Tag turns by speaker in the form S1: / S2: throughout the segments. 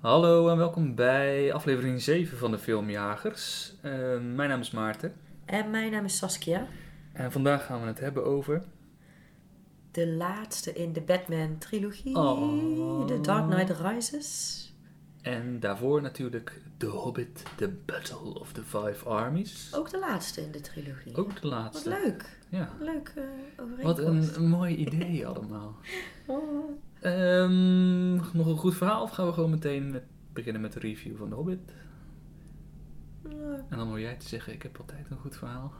S1: Hallo en welkom bij aflevering 7 van de Filmjagers. Eh, mijn naam is Maarten
S2: En mijn naam is Saskia,
S1: en vandaag gaan we het hebben over...
S2: de laatste in de Batman-trilogie,
S1: Oh.
S2: The Dark Knight Rises.
S1: En daarvoor natuurlijk The Hobbit, The Battle of the Five Armies.
S2: Ook de laatste in de trilogie.
S1: Ook de
S2: Oh. Wat
S1: laatste.
S2: leuk.
S1: Ja.
S2: Leuk eh
S1: Wat
S2: overeenkomst.
S1: een mooi idee allemaal.
S2: Oh.
S1: Ehm, nog een goed verhaal of gaan we gewoon meteen met- beginnen met de review van The Hobbit?
S2: Ja.
S1: En dan hoor jij te zeggen, ik heb altijd een goed verhaal.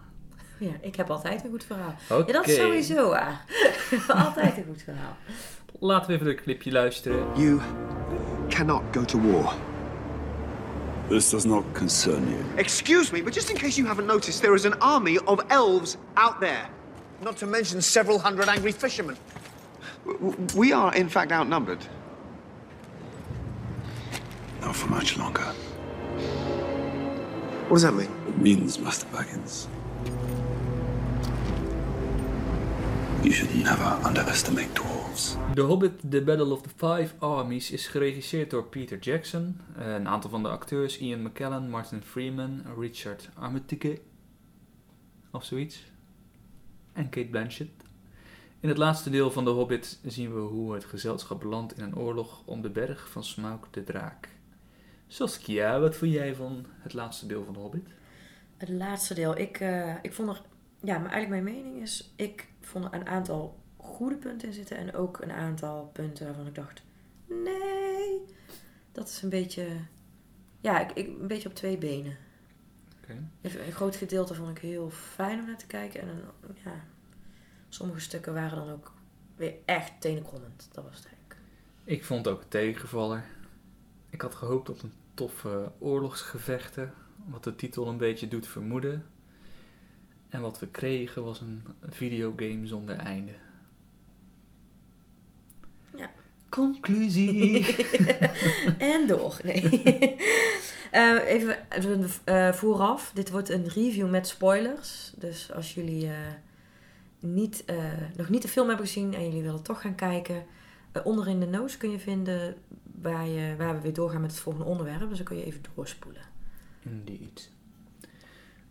S2: Ja, ik heb altijd een goed verhaal.
S1: Oké,
S2: Ja, dat is sowieso waar. altijd een goed verhaal.
S1: laten we even een clipje luisteren.
S3: You cannot go to war.
S4: This does not concern you.
S3: Excuse me, but just in case you haven't noticed, there is an army of elves out there. Not to mention several hundred angry fishermen. We are, in fact, outnumbered.
S4: Not for much longer.
S3: What does that mean?
S4: It means, Master Baggins, you should never underestimate dwarves.
S1: The Hobbit, The Battle of the Five Armies is geregisseerd door Peter Jackson. Eh, Een aantal van de acteurs, Ian McKellen, Martin Freeman, Richard Armitage of zoiets. En Kate Blanchett. In het laatste deel van The Hobbit zien we hoe het gezelschap belandt in een oorlog om de berg van Smaug de Draak. Saskia, wat vond jij van het laatste deel van The Hobbit?
S2: Het laatste deel. Ik, eh, ik vond er... Ja, maar eigenlijk mijn mening is... Ik vond er een aantal goede punten in zitten. En ook een aantal punten waarvan ik dacht... Nee. Dat is een beetje... Ja, ik, ik, een beetje op twee benen.
S1: Oké.
S2: Een een groot gedeelte vond ik heel fijn om naar te kijken. En een- ja, sommige stukken waren dan ook weer echt tenenkrommend. Dat was het eigenlijk.
S1: Ik vond het ook een tegenvaller. Ik had gehoopt op een toffe oorlogsgevechten, wat de titel een beetje doet vermoeden. En wat we kregen was een videogame zonder einde.
S2: Ja.
S1: Conclusie.
S2: En door. Nee. Eh, even even, eh, vooraf. Dit wordt een review met spoilers. Dus als jullie eh, niet, eh, nog niet de film hebben gezien en jullie willen toch gaan kijken. eh, onder in de noos kun je vinden waar, je, waar we weer doorgaan met het volgende onderwerp. Dus dan kun je even doorspoelen.
S1: Indeed.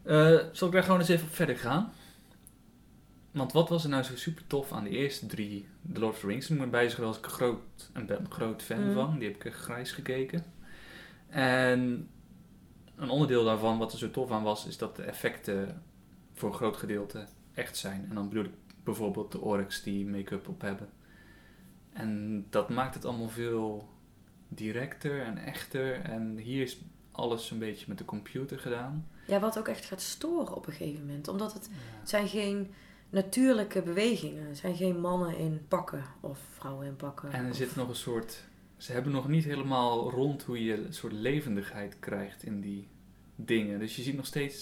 S1: Eh, zal ik daar gewoon eens even op verder gaan? Want wat was er nou zo super tof aan de eerste drie The Lord of the Rings? Ik moet bij zeggen, daar was ik een groot, en ben een groot fan
S2: Mm.
S1: van. Die heb ik echt grijs gekeken. En een onderdeel daarvan, wat er zo tof aan was, is dat de effecten voor een groot gedeelte echt zijn. En dan bedoel ik bijvoorbeeld de orks die make-up op hebben. En dat maakt het allemaal veel directer en echter. En hier is alles een beetje met de computer gedaan.
S2: Ja, wat ook echt gaat storen op een gegeven moment. Omdat het
S1: Ja.
S2: Het zijn geen natuurlijke bewegingen. Het zijn geen mannen in pakken of vrouwen in pakken.
S1: En er
S2: Of-
S1: zit nog een soort. Ze hebben nog niet helemaal rond hoe je een soort levendigheid krijgt in die dingen. Dus je ziet nog steeds.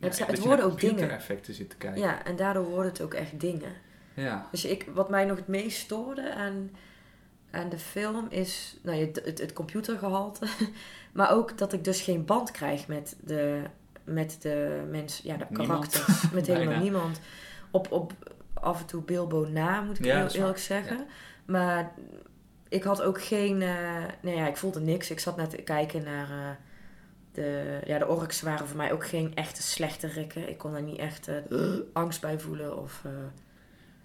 S2: Het zijn-
S1: dat
S2: het
S1: je naar
S2: worden ook dingen.
S1: computereffecten zit te kijken.
S2: Ja, en daardoor worden het ook echt dingen.
S1: Ja.
S2: Dus ik, wat mij nog het meest stoorde aan, aan de film is nou, het, het, het computergehalte. Maar ook dat ik dus geen band krijg met de, met de mensen, ja, de
S1: Niemand.
S2: karakters. Met helemaal
S1: Bijna.
S2: niemand. Op, op af en toe Bilbo na, moet ik
S1: Ja, dat
S2: heel
S1: is waar.
S2: eerlijk zeggen. Maar ik had ook geen... eh nou ja, ik voelde niks. Ik zat net te kijken naar... eh, de, ja, de orks waren voor mij ook geen echte slechte rikken. Ik kon daar niet echt eh, angst bij voelen of eh,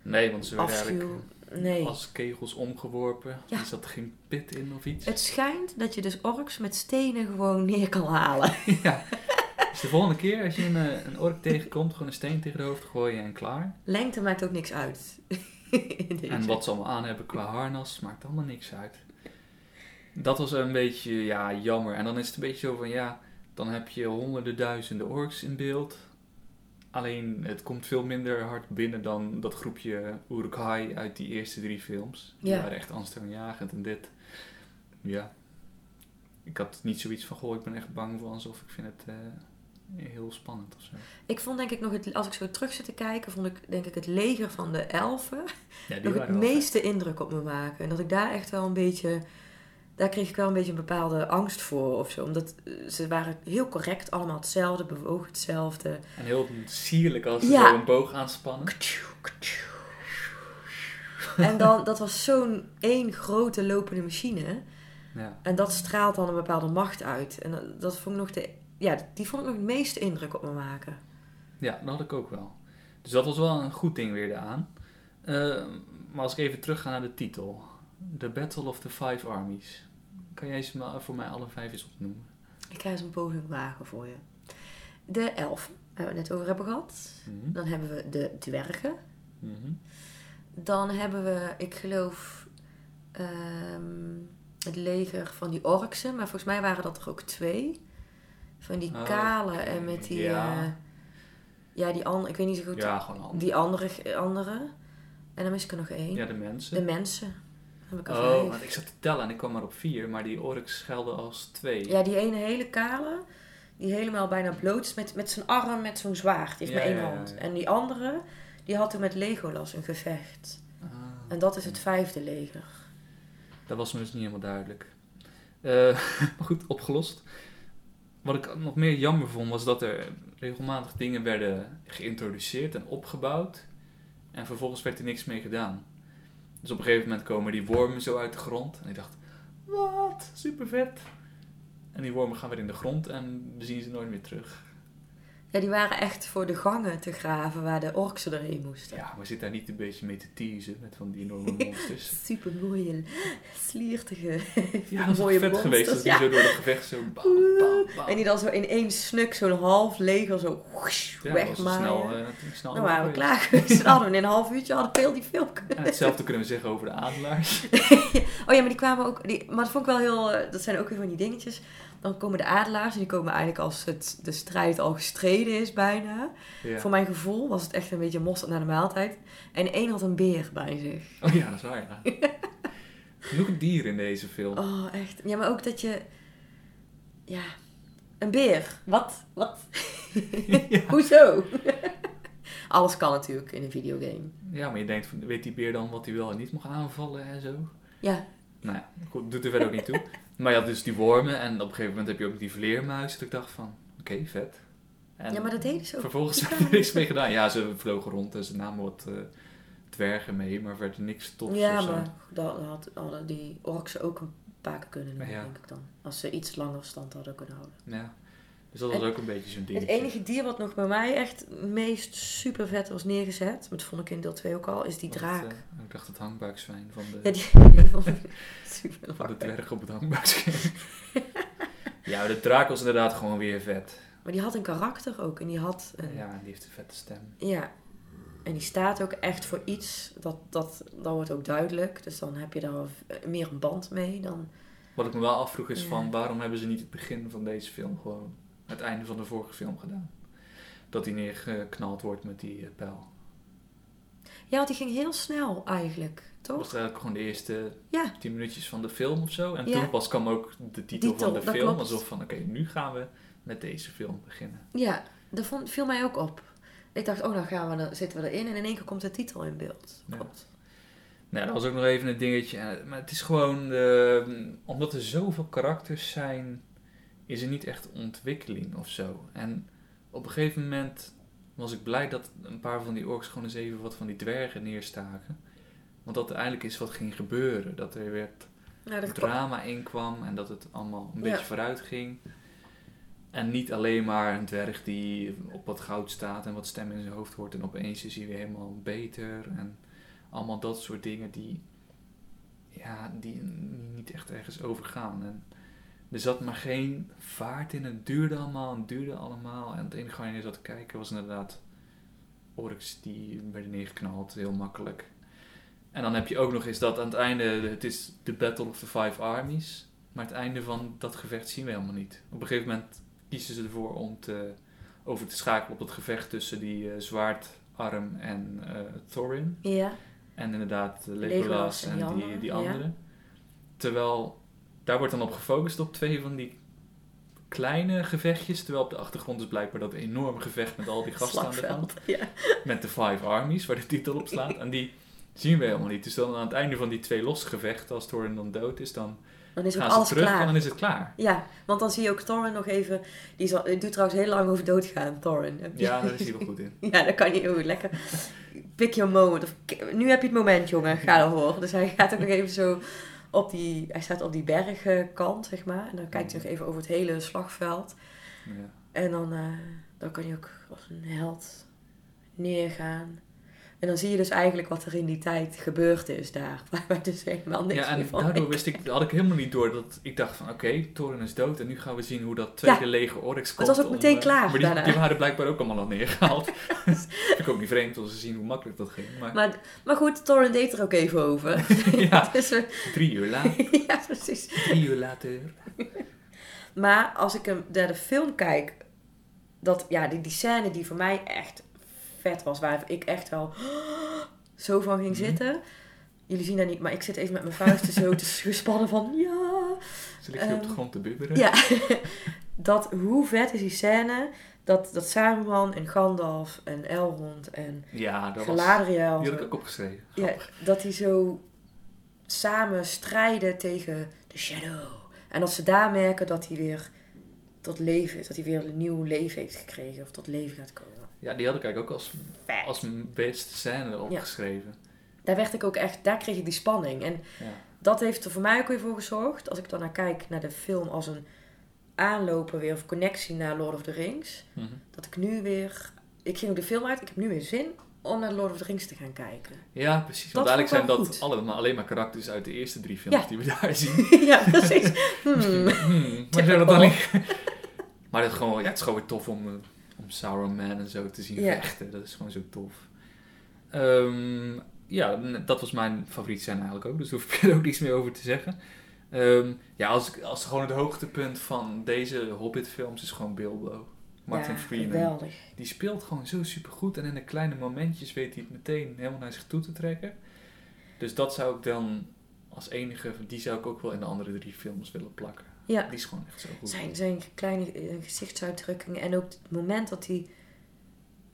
S1: Nee, want ze werden
S2: afschuw.
S1: eigenlijk
S2: Nee.
S1: als kegels omgeworpen.
S2: Ja.
S1: Er zat geen pit in of iets.
S2: Het schijnt dat je dus orks met stenen gewoon neer kan halen.
S1: Dus de volgende keer als je een, eh, een ork tegenkomt, gewoon een steen tegen de hoofd gooien en klaar.
S2: Lengte maakt ook niks uit.
S1: En wat ze allemaal aan hebben qua harnas, maakt allemaal niks uit. Dat was een beetje ja, jammer. En dan is het een beetje zo van ja, dan heb je honderden duizenden orks in beeld. Alleen het komt veel minder hard binnen dan dat groepje Uruk-hai uit die eerste drie films. Die
S2: Ja.
S1: waren echt angstaanjagend en dit. Ja. Ik had niet zoiets van, goh, ik ben echt bang voor alsof ik vind het eh, heel spannend of zo.
S2: Ik vond denk ik nog, het, als ik zo terug zit te kijken, vond ik denk ik het leger van de elfen
S1: Ja,
S2: nog het
S1: waren wel vet.
S2: meeste indruk op me maken. En dat ik daar echt wel een beetje, daar kreeg ik wel een beetje een bepaalde angst voor of zo. Omdat eh, ze waren heel correct, allemaal hetzelfde, bewogen hetzelfde.
S1: En heel sierlijk als ze
S2: Ja.
S1: zo een boog aanspannen.
S2: En dan, dat was zo'n één grote lopende machine.
S1: Ja.
S2: En dat straalt dan een bepaalde macht uit. En dat- dat vond ik nog de... Ja, die vond ik nog het meeste indruk op me maken.
S1: ja, dat had ik ook wel. Dus dat was wel een goed ding weer daaraan. Eh, maar als ik even terug ga naar de titel. The Battle of the Five Armies. Kan jij ze maar voor mij alle vijf eens opnoemen?
S2: Ik ga eens een poging wagen voor je. De elfen, waar we het net over hebben gehad.
S1: Mhm.
S2: Dan hebben we de dwergen.
S1: Mhm.
S2: Dan hebben we, ik geloof, ehm, het leger van die orksen. Maar volgens mij waren dat er ook twee. Van die
S1: Oh,
S2: kale en met die...
S1: ja.
S2: Ja, ja die andere, ik weet niet zo goed.
S1: Ja, gewoon al.
S2: Die andere, andere. En dan mis ik er nog één.
S1: Ja, de mensen.
S2: de mensen. Dan heb ik er
S1: Oh,
S2: vijf.
S1: want ik zat te tellen en ik kwam maar op vier, maar die Oryx schelde als twee.
S2: Ja, die ene hele kale, die helemaal bijna bloot is, met, met zijn arm met zo'n zwaard. Die heeft
S1: Ja,
S2: maar één
S1: ja, ja,
S2: hand.
S1: ja.
S2: En die andere, die had toen met Legolas een gevecht.
S1: Ah,
S2: En dat is het vijfde leger.
S1: dat was me dus niet helemaal duidelijk. Eh, maar goed, opgelost. Wat ik nog meer jammer vond, was dat er regelmatig dingen werden geïntroduceerd en opgebouwd. En vervolgens werd er niks mee gedaan. Dus op een gegeven moment komen die wormen zo uit de grond. En ik dacht, wat? Super vet. En die wormen gaan weer in de grond en we zien ze nooit meer terug.
S2: Ja, die waren echt voor de gangen te graven waar de orksen erheen moesten.
S1: Ja, maar zit daar niet een beetje mee te teasen met van die enorme monsters?
S2: Super mooie, sliertige,
S1: Ja, dat is
S2: mooie
S1: toch vet geweest. Dat
S2: monsters,
S1: die
S2: ja.
S1: zo door het gevecht zo bam, bam, bam.
S2: En die dan zo in één snuk zo'n half leger zo whoosh,
S1: Oh. ja, dat was het
S2: wegmaaien.
S1: snel, eh, natuurlijk snel
S2: dan waren we
S1: geweest.
S2: klaar geweest. Dan hadden we in een half uurtje hadden we heel die film kunnen
S1: En hetzelfde kunnen we zeggen over de adelaars.
S2: Oh ja, maar die kwamen ook. Die, maar dat vond ik wel heel. eh, Dat zijn ook weer van die dingetjes. Dan komen de adelaars en die komen eigenlijk als het, de strijd al gestreden is bijna.
S1: Ja.
S2: Voor mijn gevoel was het echt een beetje mosterd naar de maaltijd. En één had een beer bij zich.
S1: Oh ja, dat is waar. Ja. Genoeg dieren in deze film.
S2: Oh, echt. Ja, maar ook dat je. Ja, een beer. Wat? Wat? Hoezo? Alles kan natuurlijk in een videogame.
S1: Ja, maar je denkt, van, weet die beer dan wat hij wel en niet mag aanvallen en zo?
S2: Ja,
S1: Nou ja, goed, doet er verder ook niet toe. Maar je had dus die wormen en op een gegeven moment heb je ook die vleermuis. Dat ik dacht van, oké, vet. En
S2: ja maar dat deden ze ook.
S1: vervolgens
S2: Die
S1: werd er
S2: kwamen-
S1: niks mee gedaan. Ja, ze vlogen rond en ze namen wat eh, dwergen mee, maar werd niks tofs
S2: Ja,
S1: of zo.
S2: maar dan had, hadden die orks ook een paar keer kunnen doen,
S1: Ja.
S2: denk ik dan. Als ze iets langer stand hadden kunnen houden.
S1: Ja. Dus dat was
S2: Het-
S1: ook een beetje zo'n ding.
S2: Het enige dier wat nog bij mij echt het meest super vet was neergezet, maar dat vond ik in deel 2 ook al, is die draak.
S1: eh, ik dacht het hangbuikzwijn van de,
S2: ja, die, die vond ik
S1: van
S2: super
S1: de
S2: lang.
S1: dwerg op het hangbuikzwijn. ja, maar de draak was inderdaad gewoon weer vet.
S2: Maar die had een karakter ook en die had... Een, ja.
S1: Ja, en die heeft een vette stem.
S2: En die staat ook echt voor iets, dat, dat, dat wordt ook duidelijk. Dus dan heb je daar eh, meer een band mee dan...
S1: Wat ik me wel afvroeg is
S2: Ja.
S1: van waarom hebben ze niet het begin van deze film gewoon het einde van de vorige film gedaan? Dat hij neergeknald wordt met die eh, pijl.
S2: Ja, want die ging heel snel eigenlijk,
S1: Dat
S2: toch?
S1: was eigenlijk gewoon de eerste
S2: Oh. Ja.
S1: 10 minuutjes van de film of zo. En
S2: Ja.
S1: toen pas kwam ook de titel,
S2: Titel,
S1: van de
S2: dat
S1: film.
S2: klopt.
S1: Alsof van oké, nu gaan we met deze film beginnen.
S2: Ja, dat vond, viel mij ook op. Ik dacht, oh, dan gaan we, dan zitten we erin. En in één keer komt de titel in beeld.
S1: Ja.
S2: Klopt.
S1: Nou, dat was ook nog even een dingetje. Eh, Maar het is gewoon, eh, omdat er zoveel karakters zijn, is er niet echt ontwikkeling of zo. En op een gegeven moment was ik blij dat een paar van die orks gewoon eens even wat van die dwergen neerstaken. Want dat er eigenlijk is wat ging gebeuren. Dat er weer
S2: Ja, Nou, dat klopt.
S1: drama in kwam en dat het allemaal een
S2: Ja.
S1: beetje vooruit ging. En niet alleen maar een dwerg die op wat goud staat en wat stem in zijn hoofd hoort en opeens is hij weer helemaal beter. En allemaal dat soort dingen die, ja, die niet echt ergens overgaan. En er zat maar geen vaart in, het duurde allemaal en het duurde allemaal. En het enige waar je naar zat te kijken was inderdaad orks die werden neergeknald, heel makkelijk. En dan heb je ook nog eens dat aan het einde, het is de Battle of the Five Armies. Maar het einde van dat gevecht zien we helemaal niet. Op een gegeven moment kiezen ze ervoor om te, over te schakelen op het gevecht tussen die eh, zwaardarm en eh, Thorin.
S2: Ja,
S1: En inderdaad eh, Legolas,
S2: Legolas
S1: en
S2: en
S1: die,
S2: die
S1: die,
S2: andere, ja.
S1: andere. Terwijl daar wordt dan op gefocust op twee van die kleine gevechtjes. Terwijl op de achtergrond is blijkbaar dat enorme gevecht met al die gasten aan de kant
S2: slagveld. Ja.
S1: met de Five Armies, waar de titel op slaat. En die zien we helemaal niet. Dus dan aan het einde van die twee losse gevechten, als Thorin dan dood is, dan
S2: Dan is ook
S1: gaan
S2: alles
S1: ze terug en
S2: klaar.
S1: dan is het klaar.
S2: Ja, want dan zie je ook Thorin nog even... Die zal, het doet trouwens heel lang over doodgaan, Thorin. Heb je-
S1: Ja, daar is hij wel goed in.
S2: Ja, dat kan je heel goed. Lekker. Pick your moment. Of, nu heb je het moment, jongen. Ga ervoor. Dus hij gaat ook nog even zo op die, hij staat op die bergenkant, zeg maar. En dan kijkt
S1: Mm.
S2: hij nog even over het hele slagveld.
S1: Ja.
S2: En dan, eh, dan kan hij ook als een held neergaan. En dan zie je dus eigenlijk wat er in die tijd gebeurd is daar. Waar wij dus helemaal niks
S1: Ja,
S2: meer
S1: en
S2: van
S1: daardoor
S2: weten.
S1: wist ik, had ik helemaal niet door dat ik dacht van oké, Thorin is dood en nu gaan we zien hoe dat tweede
S2: Ja.
S1: leger Oryx komt.
S2: was ook
S1: om,
S2: meteen
S1: eh,
S2: klaar
S1: Maar die,
S2: daarna.
S1: die waren blijkbaar ook allemaal al neergehaald. Dus Vind ik ook niet vreemd als ze zien hoe makkelijk dat ging. Maar,
S2: Maar, maar goed, Torrent deed er ook even over.
S1: ja,
S2: dus we-
S1: drie uur later.
S2: ja, precies.
S1: Drie uur later.
S2: Maar als ik hem, naar de film kijk, dat, ja, die, die scène die voor mij echt vet was, waar ik echt wel zo van ging
S1: Mhm.
S2: zitten. Jullie zien dat niet, maar ik zit even met mijn vuisten zo te gespannen van ja.
S1: Ze ligt hier op de
S2: Ehm,
S1: grond te bibberen.
S2: Ja, dat hoe vet is die scène dat, dat Saruman en Gandalf en Elrond en
S1: Ja, dat was...
S2: Galadriel...
S1: Die had ik
S2: zo-
S1: ook opgeschreven.
S2: Ja, dat die zo samen strijden tegen de Shadow. En dat ze daar merken dat hij weer tot leven is. Dat hij weer een nieuw leven heeft gekregen. Of tot leven gaat komen.
S1: Ja, die had ik eigenlijk ook als,
S2: Vet.
S1: als mijn beste scène opgeschreven.
S2: Daar werd ik ook echt... Daar kreeg ik die spanning. En
S1: Ja.
S2: dat heeft er voor mij ook weer voor gezorgd. Als ik dan naar kijk naar de film als een aanlopen weer. Of connectie naar Lord of the Rings.
S1: Mhm.
S2: Dat ik nu weer... Ik ging ook de film uit. Ik heb nu weer zin om naar Lord of the Rings te gaan kijken.
S1: Ja, precies.
S2: Dat
S1: Want eigenlijk zijn
S2: vond ik wel
S1: dat
S2: goed.
S1: allemaal, alleen maar karakters uit de eerste drie films
S2: Ja.
S1: die we daar zien.
S2: ja, precies. Hmm.
S1: Hmm, maar zijn dat dan niet? maar dat is gewoon, ja, het is gewoon weer tof om, eh, om Sauron en zo te zien
S2: Ja.
S1: vechten. Dat is gewoon zo tof. Ehm, ja, n- dat was mijn favoriet zijn eigenlijk ook. Dus daar hoef ik er ook niets meer over te zeggen. Ehm, ja, als, ik- als gewoon het hoogtepunt van deze Hobbit-films is gewoon Bilbo. Martin
S2: ja,
S1: Freeman.
S2: geweldig.
S1: Die speelt gewoon zo supergoed. En in de kleine momentjes weet hij het meteen helemaal naar zich toe te trekken. Dus dat zou ik dan als enige... Die zou ik ook wel in de andere drie films willen plakken.
S2: Ja.
S1: Die is gewoon echt zo goed.
S2: Zijn, zijn kleine eh, gezichtsuitdrukkingen en ook het moment dat hij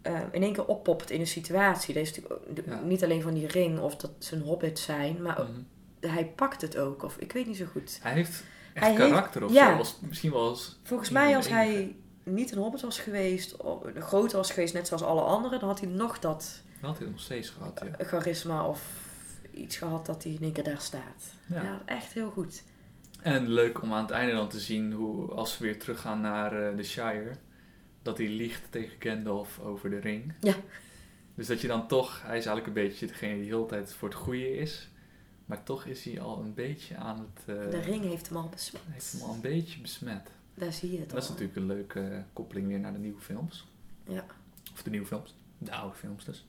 S2: eh, in één keer oppopt in een situatie. Dat is natuurlijk ook- de-
S1: Ja.
S2: niet alleen van die ring of dat ze een hobbit zijn, maar ook-
S1: Mhm.
S2: hij pakt het ook. Of ik weet niet zo goed.
S1: Hij heeft echt
S2: Hij heeft-
S1: karakter of
S2: ja.
S1: zo. Als, misschien wel als...
S2: Volgens
S1: Een
S2: mij
S1: van
S2: als
S1: de
S2: hij niet een hobbit was geweest, of een grote was geweest, net zoals alle anderen, dan had hij nog dat
S1: Dat had hij nog steeds gehad,
S2: Eh,
S1: ja.
S2: charisma of iets gehad dat hij in één keer daar staat.
S1: Ja.
S2: Ja, echt heel goed.
S1: En leuk om aan het einde dan te zien hoe... Als we weer teruggaan naar eh, The Shire... Dat hij liegt tegen Gandalf over de ring.
S2: Ja.
S1: Dus dat je dan toch... Hij is eigenlijk een beetje degene die de hele tijd voor het goede is. Maar toch is hij al een beetje aan het... eh,
S2: De ring heeft hem al besmet.
S1: heeft hem al een beetje besmet.
S2: Daar zie je het
S1: Dat is
S2: al.
S1: natuurlijk een leuke eh, koppeling weer naar de nieuwe films.
S2: Ja.
S1: Of de nieuwe films. De oude films dus.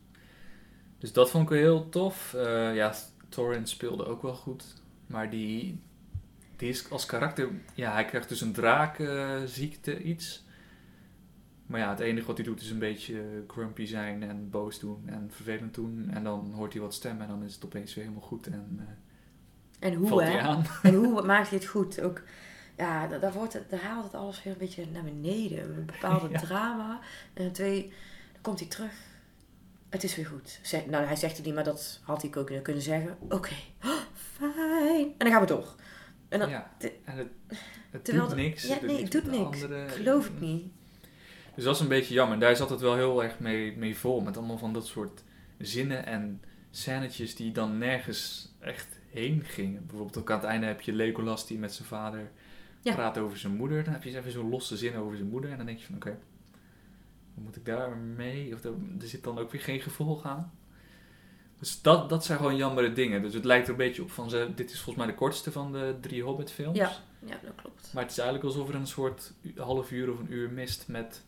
S1: Dus dat vond ik wel heel tof. Eh, ja, Thorin speelde ook wel goed. Maar die, die is als karakter... Ja, hij krijgt dus een draakziekte, iets. Maar ja, het enige wat hij doet is een beetje grumpy zijn en boos doen en vervelend doen. En dan hoort hij wat stemmen en dan is het opeens weer helemaal goed en eh,
S2: En hoe
S1: valt
S2: hè?
S1: hij aan.
S2: En hoe maakt hij het goed? Ook, ja, da- daar, wordt het, daar haalt het alles weer een beetje naar beneden. Een bepaalde
S1: Ja.
S2: drama. En twee, dan komt hij terug. Het is weer goed. Zeg- nou, hij zegt het niet, maar dat had ik ook kunnen zeggen. Oké, Oh, fijn. En dan gaan we door. En dan,
S1: ja,
S2: te-
S1: en het, het
S2: terwijl
S1: doet
S2: de-
S1: niks.
S2: Ja,
S1: het
S2: nee, het doet
S1: met de Mm.
S2: niks.
S1: anderen.
S2: Geloof ik niet.
S1: Dus dat is een beetje jammer. En daar zat het wel heel erg mee, mee vol. Met allemaal van dat soort zinnen en scènetjes die dan nergens echt heen gingen. Bijvoorbeeld ook aan het einde heb je Legolas die met zijn vader
S2: Ja.
S1: praat over zijn moeder. Dan heb je eens even zo'n losse zin over zijn moeder. En dan denk je van oké, wat moet ik daar mee? Of er, er zit dan ook weer geen gevolg aan. Dus dat, dat zijn gewoon jammere dingen. Dus het lijkt er een beetje op van, ze, dit is volgens mij de kortste van de drie Hobbit films.
S2: Ja. Ja, dat klopt.
S1: Maar het is eigenlijk alsof er een soort u- half uur of een uur mist met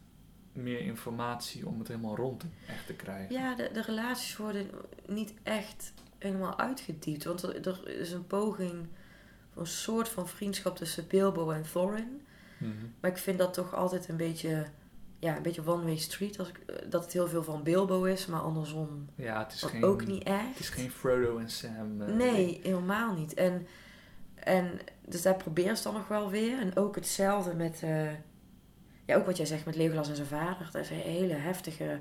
S1: meer informatie om het helemaal rond echt te krijgen.
S2: Ja, de, de relaties worden niet echt helemaal uitgediept. Want er, er is een poging voor een soort van vriendschap tussen Bilbo en Thorin.
S1: Mhm.
S2: Maar ik vind dat toch altijd een beetje, ja, een beetje one-way street. Als ik, eh, dat het heel veel van Bilbo is, maar andersom
S1: ja het is
S2: ook-
S1: geen,
S2: ook niet echt.
S1: Het is geen Frodo en Sam. eh, ding.
S2: Nee, helemaal niet. En, en dus daar probeer ze dan nog wel weer. En ook hetzelfde met, eh, ja, ook wat jij zegt met Legolas en zijn vader. Dat is een hele heftige,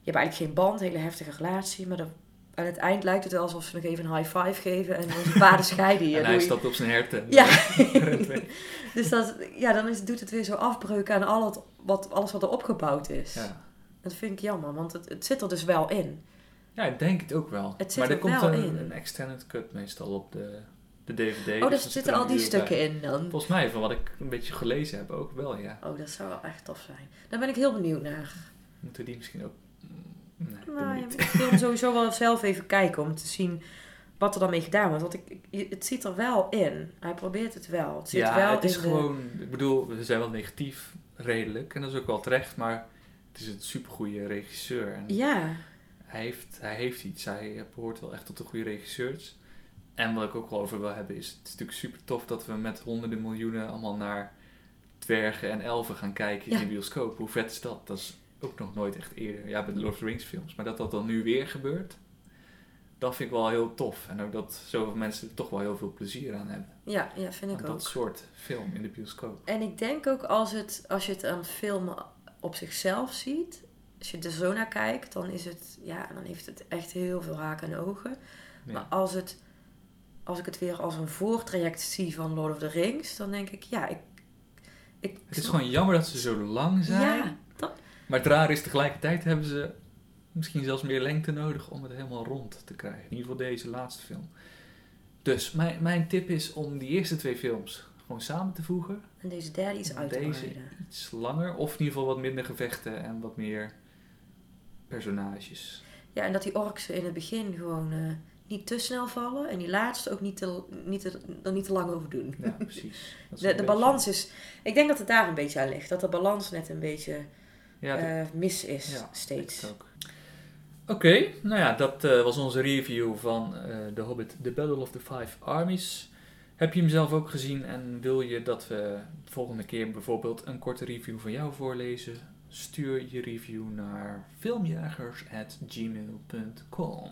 S2: je hebt eigenlijk geen band, hele heftige relatie. Maar dat, aan het eind lijkt het wel alsof ze nog even een high five geven en onze paden scheiden hier.
S1: en hij
S2: Doei.
S1: stapt op zijn herten.
S2: Ja.
S1: Rent weg.
S2: Dus dat, ja, dan is, doet het weer zo afbreuk aan al het, wat, alles wat er opgebouwd is.
S1: ja.
S2: Dat vind ik jammer, want het, het zit er dus wel in.
S1: ja, ik denk het ook wel.
S2: Het zit
S1: maar er
S2: er
S1: komt
S2: wel
S1: een,
S2: in.
S1: een extended cut meestal op de, de de DVD.
S2: Oh, daar
S1: dus er
S2: zitten al die
S1: een uur bij.
S2: stukken in dan.
S1: Volgens mij, van wat ik een beetje gelezen heb, ook wel, ja.
S2: Oh, dat zou wel echt tof zijn. Daar ben ik heel benieuwd naar.
S1: Moeten we die misschien ook... mm, Nee, doen we
S2: Nou, ja,
S1: niet.
S2: ik wil hem sowieso wel zelf even kijken om te zien wat er dan mee gedaan wordt. Want ik, ik- je- het zit er wel in. Hij probeert het wel. Het zit
S1: ja,
S2: wel
S1: het is
S2: in de-
S1: gewoon... Ik bedoel, we zijn wel negatief, redelijk. En dat is ook wel terecht, maar het is een supergoeie regisseur. En
S2: Ja,
S1: hij, heeft, hij heeft iets. Hij eh, behoort wel echt tot de goede regisseurs. En wat ik ook wel over wil hebben is... Het is natuurlijk super tof dat we met honderden miljoenen allemaal naar dwergen en elfen gaan kijken
S2: Ja.
S1: in de bioscoop. Hoe vet is dat? Dat is ook nog nooit echt eerder. Ja, bij de Lord of the Rings films. Maar dat dat dan nu weer gebeurt... Dat vind ik wel heel tof. En ook dat zoveel mensen er toch wel heel veel plezier aan hebben.
S2: ja, ja, vind ik
S1: Aan
S2: ook.
S1: dat soort film in de bioscoop.
S2: En ik denk ook als, het, als je het aan het filmen op zichzelf ziet, als je er zo naar kijkt, dan is het, ja, dan heeft het echt heel veel haken en ogen.
S1: Ja.
S2: Maar als, het, als ik het weer als een voortraject zie van Lord of the Rings, dan denk ik, ja, ik. ik
S1: Het is gewoon jammer dat ze zo lang zijn.
S2: Ja, dat,
S1: Maar het raar is, tegelijkertijd hebben ze misschien zelfs meer lengte nodig om het helemaal rond te krijgen. In ieder geval deze laatste film. Dus mijn, mijn tip is om die eerste twee films gewoon samen te voegen.
S2: en deze derde iets
S1: En
S2: uit te
S1: deze
S2: breiden.
S1: iets langer. Of in ieder geval wat minder gevechten en wat meer personages.
S2: Ja, en dat die orks in het begin gewoon eh, niet te snel vallen. En die laatste ook niet te, niet te, er niet te lang over doen.
S1: Ja, precies. Dat is
S2: De,
S1: een
S2: de
S1: beetje-
S2: balans is... Ik denk dat het daar een beetje aan ligt. Dat de balans net een beetje
S1: Ja, dat-
S2: eh, mis is
S1: Ja,
S2: steeds.
S1: dat ook. Oké, nou ja, dat eh, was onze review van eh The Hobbit, The Battle of the Five Armies. Heb je hem zelf ook gezien en wil je dat we volgende keer bijvoorbeeld een korte review van jou voorlezen? Stuur je review naar filmjagers.gmail.com.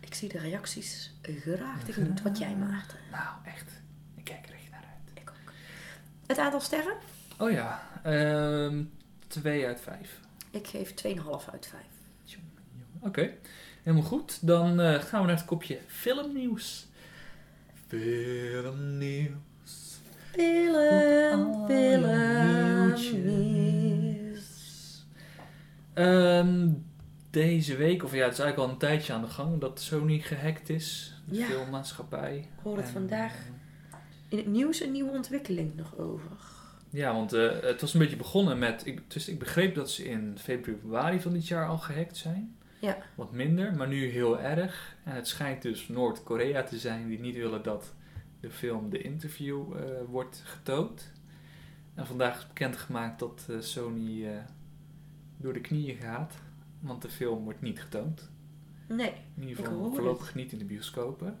S2: Ik zie de reacties graag tegemoet. Wat jij, Maarten.
S1: Nou, echt, ik kijk er echt naar uit.
S2: Ik ook. Het aantal sterren?
S1: Oh ja, ehm 2 uit 5.
S2: Ik geef 2,5 uit 5.
S1: Oké, helemaal goed. Dan eh, gaan we naar het kopje filmnieuws. Filmnieuws.
S2: Willem, Willem,
S1: Nieuwtjes. Ehm, deze week, of ja, het is eigenlijk al een tijdje aan de gang dat Sony gehackt is. De
S2: Ja.
S1: filmmaatschappij.
S2: Ik hoorde het
S1: En, eh,
S2: vandaag in het nieuws een nieuwe ontwikkeling nog over.
S1: Ja, want eh, het was een beetje begonnen met. Ik, dus ik begreep dat ze in februari van dit jaar al gehackt zijn.
S2: Ja.
S1: Wat minder, maar nu heel erg. En het schijnt dus Noord-Korea te zijn die niet willen dat de film de interview eh, wordt getoond. En vandaag is bekendgemaakt dat eh, Sony eh, door de knieën gaat, want de film wordt niet getoond.
S2: Nee,
S1: In ieder
S2: Ik
S1: geval
S2: hoor
S1: voorlopig niet in de bioscopen.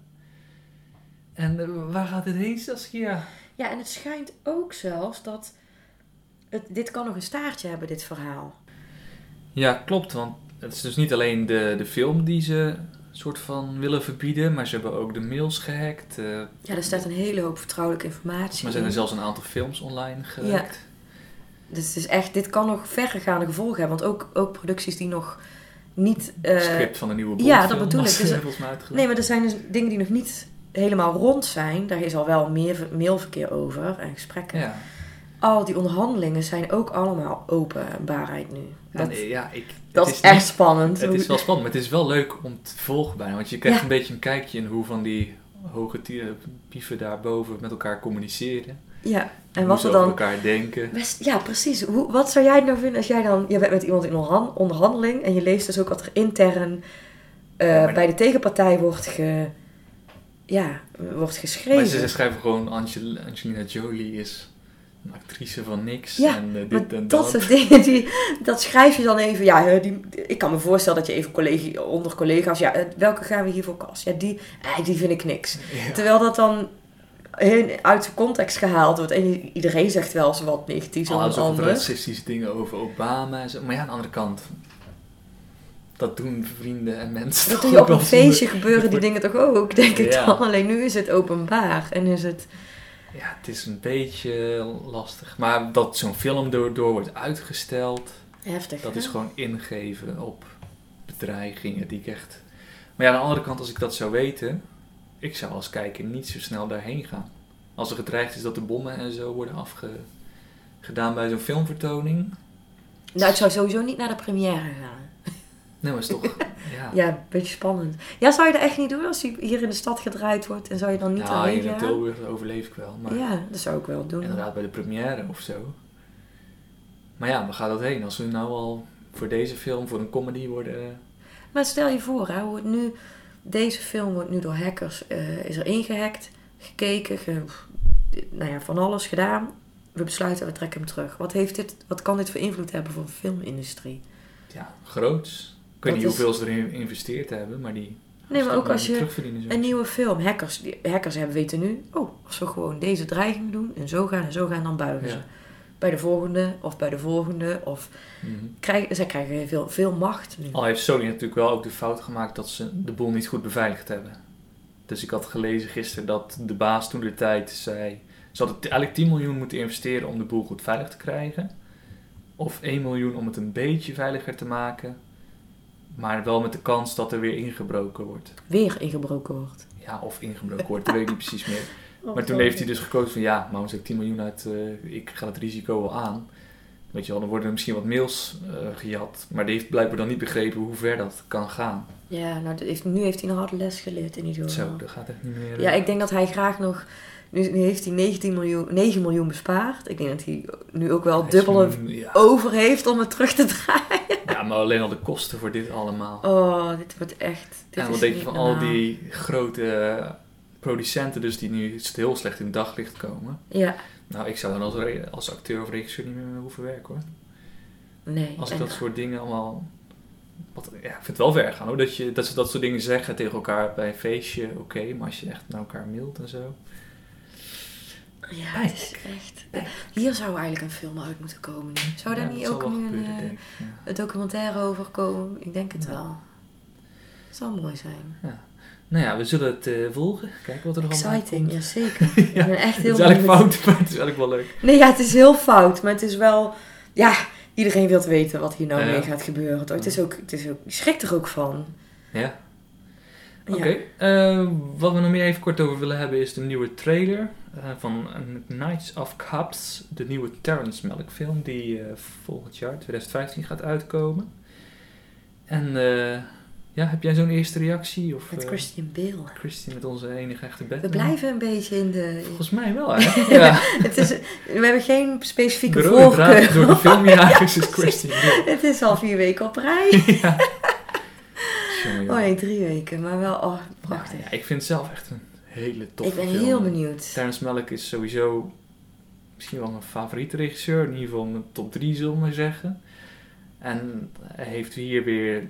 S1: En eh, waar gaat dit heen, Saskia?
S2: Ja, en het schijnt ook zelfs dat. Het, dit kan nog een staartje hebben, dit verhaal.
S1: Ja, klopt. Want het is dus niet alleen de, de film die ze soort van willen verbieden, maar ze hebben ook de mails gehackt. eh,
S2: Ja, er staat een hele hoop vertrouwelijke informatie.
S1: maar zijn er
S2: in.
S1: zelfs een aantal films online gehackt.
S2: Dus het is echt, dit kan nog verregaande gevolgen hebben. Want ook, ook producties die nog niet. eh,
S1: Het script van de nieuwe Bond
S2: ja, dat bedoel ik. Dus-
S1: Dus, mij uitgelegd.
S2: nee, maar er zijn dus dingen die nog niet helemaal rond zijn. Daar is al wel meer mailverkeer over en gesprekken.
S1: ja.
S2: Al die onderhandelingen zijn ook allemaal open en waarheid nu.
S1: Ja,
S2: Dat,
S1: nee, ja, ik,
S2: dat
S1: het
S2: is, echt
S1: niet-
S2: spannend.
S1: het
S2: Hoe-
S1: is wel spannend, maar het is wel leuk om te volgen bijna. Want je krijgt
S2: Ja.
S1: een beetje een kijkje in hoe van die hoge tieren- pieven daarboven met elkaar communiceren.
S2: Ja, en
S1: hoe
S2: wat
S1: ze
S2: er
S1: over
S2: dan
S1: elkaar denken.
S2: Best- ja, precies. Hoe, wat zou jij nou vinden als jij dan... Je bent met iemand in onderhan- onderhandeling en je leest dus ook wat er intern eh,
S1: maar-
S2: bij de tegenpartij wordt, ge, ja, wordt
S1: Maar
S2: geschreven.
S1: ze ze schrijven gewoon Angel- Angelina Jolie is een actrice van niks.
S2: Ja,
S1: en eh, dit
S2: Maar
S1: en
S2: dat soort dingen, die, dat schrijf je dan even. Ja, hè, die, ik kan me voorstellen dat je even collega, onder collega's... Ja, eh, welke gaan we hiervoor kast? Ja, die, eh, die vind ik niks.
S1: Ja.
S2: Terwijl dat dan heel uit zijn context gehaald wordt. En iedereen zegt wel eens wat negatiefs
S1: Al
S2: over
S1: Ah, alsof het
S2: anderen.
S1: racistische dingen over Obama en zo. Maar ja, aan de andere kant. Dat doen vrienden en mensen.
S2: Dat
S1: toch
S2: doe je
S1: ook
S2: op een
S1: wel zonder-
S2: feestje gebeuren die dingen toch ook, denk ik
S1: Ja.
S2: dan. Alleen nu is het openbaar en is het...
S1: Ja, het is een beetje lastig. Maar dat zo'n film daardoor wordt uitgesteld.
S2: Heftig.
S1: Dat is gewoon ingeven op bedreigingen die ik echt... Maar ja, aan de andere kant, als ik dat zou weten... Ik zou als kijker niet zo snel daarheen gaan. Als er gedreigd is dat de bommen en zo worden afgedaan bij zo'n filmvertoning...
S2: Nou, ik zou sowieso niet naar de première gaan.
S1: Nee, maar is toch... Ja,
S2: Ja, een beetje spannend. Ja, zou je dat echt niet doen als hij hier in de stad gedraaid wordt en zou je dan niet
S1: ja
S2: daarheen
S1: hier in
S2: gaan?
S1: Tilburg dat overleef ik wel. Maar
S2: Ja, dat zou ik wel doen.
S1: inderdaad bij de première of zo. Maar ja, waar gaat dat heen? Als we nou al voor deze film, voor een comedy worden... eh,
S2: Maar stel je voor, hè, hoe het nu, deze film wordt nu door hackers, eh, is er ingehackt, gekeken, ge- nou ja, van alles gedaan. We besluiten, we trekken hem terug. Wat, heeft dit, wat kan dit voor invloed hebben voor de filmindustrie?
S1: ja, groots. Ik weet
S2: Dat
S1: niet
S2: is-
S1: hoeveel ze erin geïnvesteerd hebben, maar die...
S2: Nee, maar ook als je
S1: terugverdienen zo.
S2: Een nieuwe film. Hackers, die, hackers hebben weten nu, oh, als we gewoon deze dreiging doen en zo gaan en zo gaan, dan buigen ze.
S1: Ja.
S2: Bij de volgende of bij de volgende. Of
S1: Mhm.
S2: krijgen, zij krijgen veel, veel macht nu.
S1: Al heeft Sony natuurlijk wel ook de fout gemaakt dat ze de boel niet goed beveiligd hebben. Dus ik had gelezen gisteren dat de baas toen de tijd zei... Ze hadden t- eigenlijk 10 miljoen moeten investeren om de boel goed veilig te krijgen. Of 1 miljoen om het een beetje veiliger te maken. Maar wel met de kans dat er weer ingebroken wordt.
S2: Weer ingebroken wordt.
S1: Ja, of ingebroken wordt, dat weet ik niet precies meer. Maar toen heeft hij dus gekozen van ja, maar als ik 10 miljoen uit, eh, ik ga het risico wel aan. Weet je wel, dan worden er misschien wat mails eh, gejat. Maar die heeft blijkbaar dan niet begrepen hoe ver dat kan gaan.
S2: Ja, nou, dat heeft, nu heeft hij een harde les geleerd in ieder geval.
S1: Zo, dat gaat echt niet meer.
S2: Oh.
S1: eh,
S2: Ja, ik denk dat hij graag nog... Nu nu heeft hij 19 miljoen, 9 miljoen bespaard. Ik denk dat hij nu ook wel
S1: Hij is
S2: dubbele
S1: een- Ja.
S2: over heeft om het terug te draaien.
S1: Ja, maar alleen al de kosten voor dit allemaal.
S2: Oh, dit wordt echt... Dit
S1: en
S2: is
S1: wat denk je
S2: niet
S1: van al
S2: normaal.
S1: die grote eh, producenten, dus die nu heel slecht in het daglicht komen?
S2: Ja,
S1: Nou, ik zou dan als, re- als acteur of regisseur niet meer mee hoeven werken hoor.
S2: nee.
S1: Als
S2: en-
S1: ik dat soort dingen allemaal. Wat, ja, ik vind het wel ver gaan hoor. Dat, je, dat ze dat soort dingen zeggen tegen elkaar bij een feestje, oké. maar als je echt naar elkaar mailt en zo.
S2: Ja, het is echt. Hier zou eigenlijk een film uit moeten komen. nu. Zou daar
S1: Ja,
S2: niet
S1: dat
S2: ook
S1: zal wel
S2: nu een,
S1: gebeuren,
S2: eh,
S1: denk ik. Ja.
S2: een documentaire over komen? Ik denk het
S1: Ja.
S2: wel. Het zou mooi zijn.
S1: Nou ja, we zullen het eh, volgen. Kijken wat er nog allemaal
S2: Exciting,
S1: uitkomt.
S2: ja zeker. Ik ben echt
S1: Het
S2: heel
S1: is eigenlijk
S2: benieuwd.
S1: fout, maar het is eigenlijk wel leuk.
S2: Nee, ja, het is heel fout, maar het is wel. Ja, iedereen wil weten wat hier nou
S1: Ja, ja.
S2: mee gaat gebeuren. toch? Het is ook, het is ook, je schrikt er ook van.
S1: Ja.
S2: Ja.
S1: Oké, eh, wat we nog meer even kort over willen hebben is de nieuwe trailer eh, van Knights of Cups, de nieuwe Terrence Malick film die eh, volgend jaar 2015 gaat uitkomen. En eh, ja, heb jij zo'n eerste reactie? Of,
S2: Met
S1: eh,
S2: Christian Bale.
S1: Christine met onze enige echte
S2: We
S1: Batman?
S2: blijven een beetje in de.
S1: Volgens mij wel, hè? ja,
S2: Het is, we hebben geen specifieke
S1: de rode draad door
S2: voorkeur.
S1: de filmjagers is Christine Bale.
S2: Het is al vier weken op rij.
S1: Jongen,
S2: Oh
S1: jongen.
S2: nee, drie weken, maar wel oh, prachtig.
S1: Ja, ja, ik vind het zelf echt een hele toffe
S2: ik ben
S1: film.
S2: heel benieuwd.
S1: Terrence Malick is sowieso misschien wel mijn favoriete regisseur. In ieder geval mijn top 3, zullen we maar zeggen. En hij heeft hier weer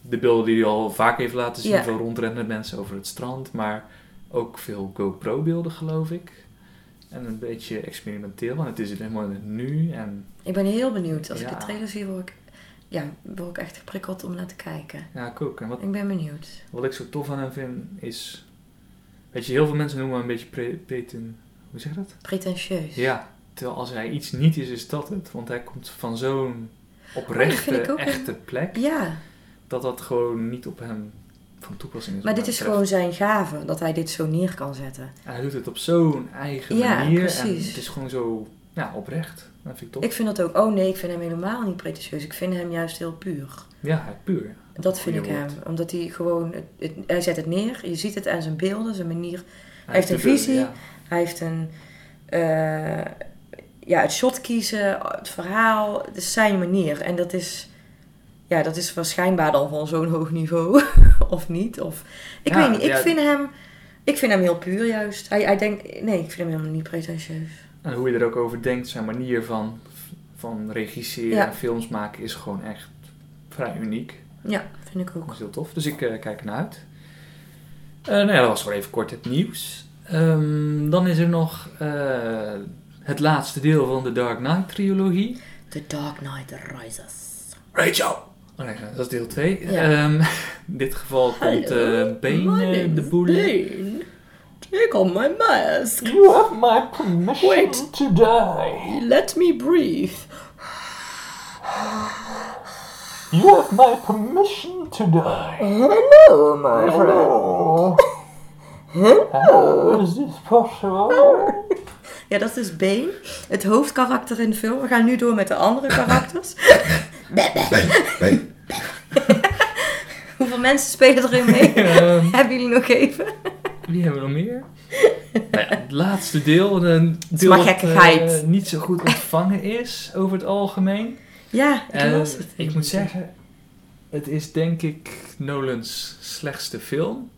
S1: de beelden die hij al vaak heeft laten zien.
S2: Ja.
S1: Van rondrennende mensen over het strand. Maar ook veel GoPro-beelden, geloof ik. En een beetje experimenteel, want het is helemaal in het nu. En
S2: Ik ben heel benieuwd. Als ik
S1: Ja.
S2: de trailer zie, word ik, ja, word ik echt geprikkeld om naar te kijken.
S1: ja, ik ook. En wat,
S2: Ik ben benieuwd.
S1: wat ik zo tof aan hem vind, is... Weet je, heel veel mensen noemen hem een beetje pre- preten... Hoe zeg je dat?
S2: Pretentieus.
S1: Ja, terwijl als hij iets niet is, is dat het. Want hij komt van zo'n
S2: Oh, dat
S1: oprechte,
S2: vind ik ook een-
S1: echte plek,
S2: Ja,
S1: dat dat gewoon niet op hem van toepassing is.
S2: maar
S1: wat
S2: dit is
S1: mij
S2: gewoon
S1: betreft.
S2: zijn gave, dat hij dit zo neer kan zetten.
S1: En hij doet het op zo'n eigen
S2: Ja,
S1: manier.
S2: precies.
S1: En het is gewoon zo ja, oprecht. Dat vind ik tof.
S2: Ik vind dat ook, oh nee, ik vind hem helemaal niet pretentieus. Ik vind hem juist heel puur.
S1: Ja, puur.
S2: Dat vind ik eh,
S1: Goeie
S2: hem.
S1: woord.
S2: Omdat hij gewoon, het- het- hij zet het neer. Je ziet het aan zijn beelden, zijn manier.
S1: Hij
S2: heeft
S1: heeft
S2: een
S1: de-
S2: visie.
S1: ja.
S2: Hij heeft een, eh, ja, het shot kiezen, het verhaal, het is zijn manier. En dat is, ja, dat is waarschijnbaar dan van zo'n hoog niveau, of niet. Of, ik
S1: Ja,
S2: weet niet, ik,
S1: ja.
S2: vind hem, ik vind hem heel puur juist. Hij, hij denkt, nee, ik vind hem helemaal niet pretentieus.
S1: En hoe je er ook over denkt, zijn manier van, van regisseren
S2: Ja.
S1: en films maken is gewoon echt vrij uniek.
S2: Ja, vind ik
S1: Dat
S2: ook.
S1: is heel tof. Dus ik eh, kijk ernaar uit. Eh, nou ja, dat was gewoon even kort het nieuws. Ehm, dan is er nog eh, het laatste deel van de Dark Knight trilogie.
S2: The Dark Knight Rises.
S1: Rachel! Oh nee, dat is deel 2.
S2: Ja.
S1: in dit geval komt eh
S2: Hallo,
S1: Bane
S2: my
S1: eh,
S2: name
S1: de
S2: is
S1: boel in.
S2: Bane. Take on my mask.
S1: You have my permission
S2: Wait.
S1: to die.
S2: Let me breathe.
S1: You have my permission to die.
S2: Hello, my friend. Oh.
S1: Is this possible?
S2: Ja, dat is dus Bane, het hoofdkarakter in de film. We gaan nu door met de andere karakters. Hoeveel mensen spelen erin mee?
S1: Ehm,
S2: Hebben jullie nog even?
S1: Wie hebben we nog meer? nou ja, het laatste deel. Een deel
S2: maar
S1: wat,
S2: gekkigheid.
S1: eh, niet zo goed ontvangen is over het algemeen.
S2: Ja, ik
S1: Eh,
S2: las het.
S1: ik moet zeggen, het is denk ik Nolan's slechtste film.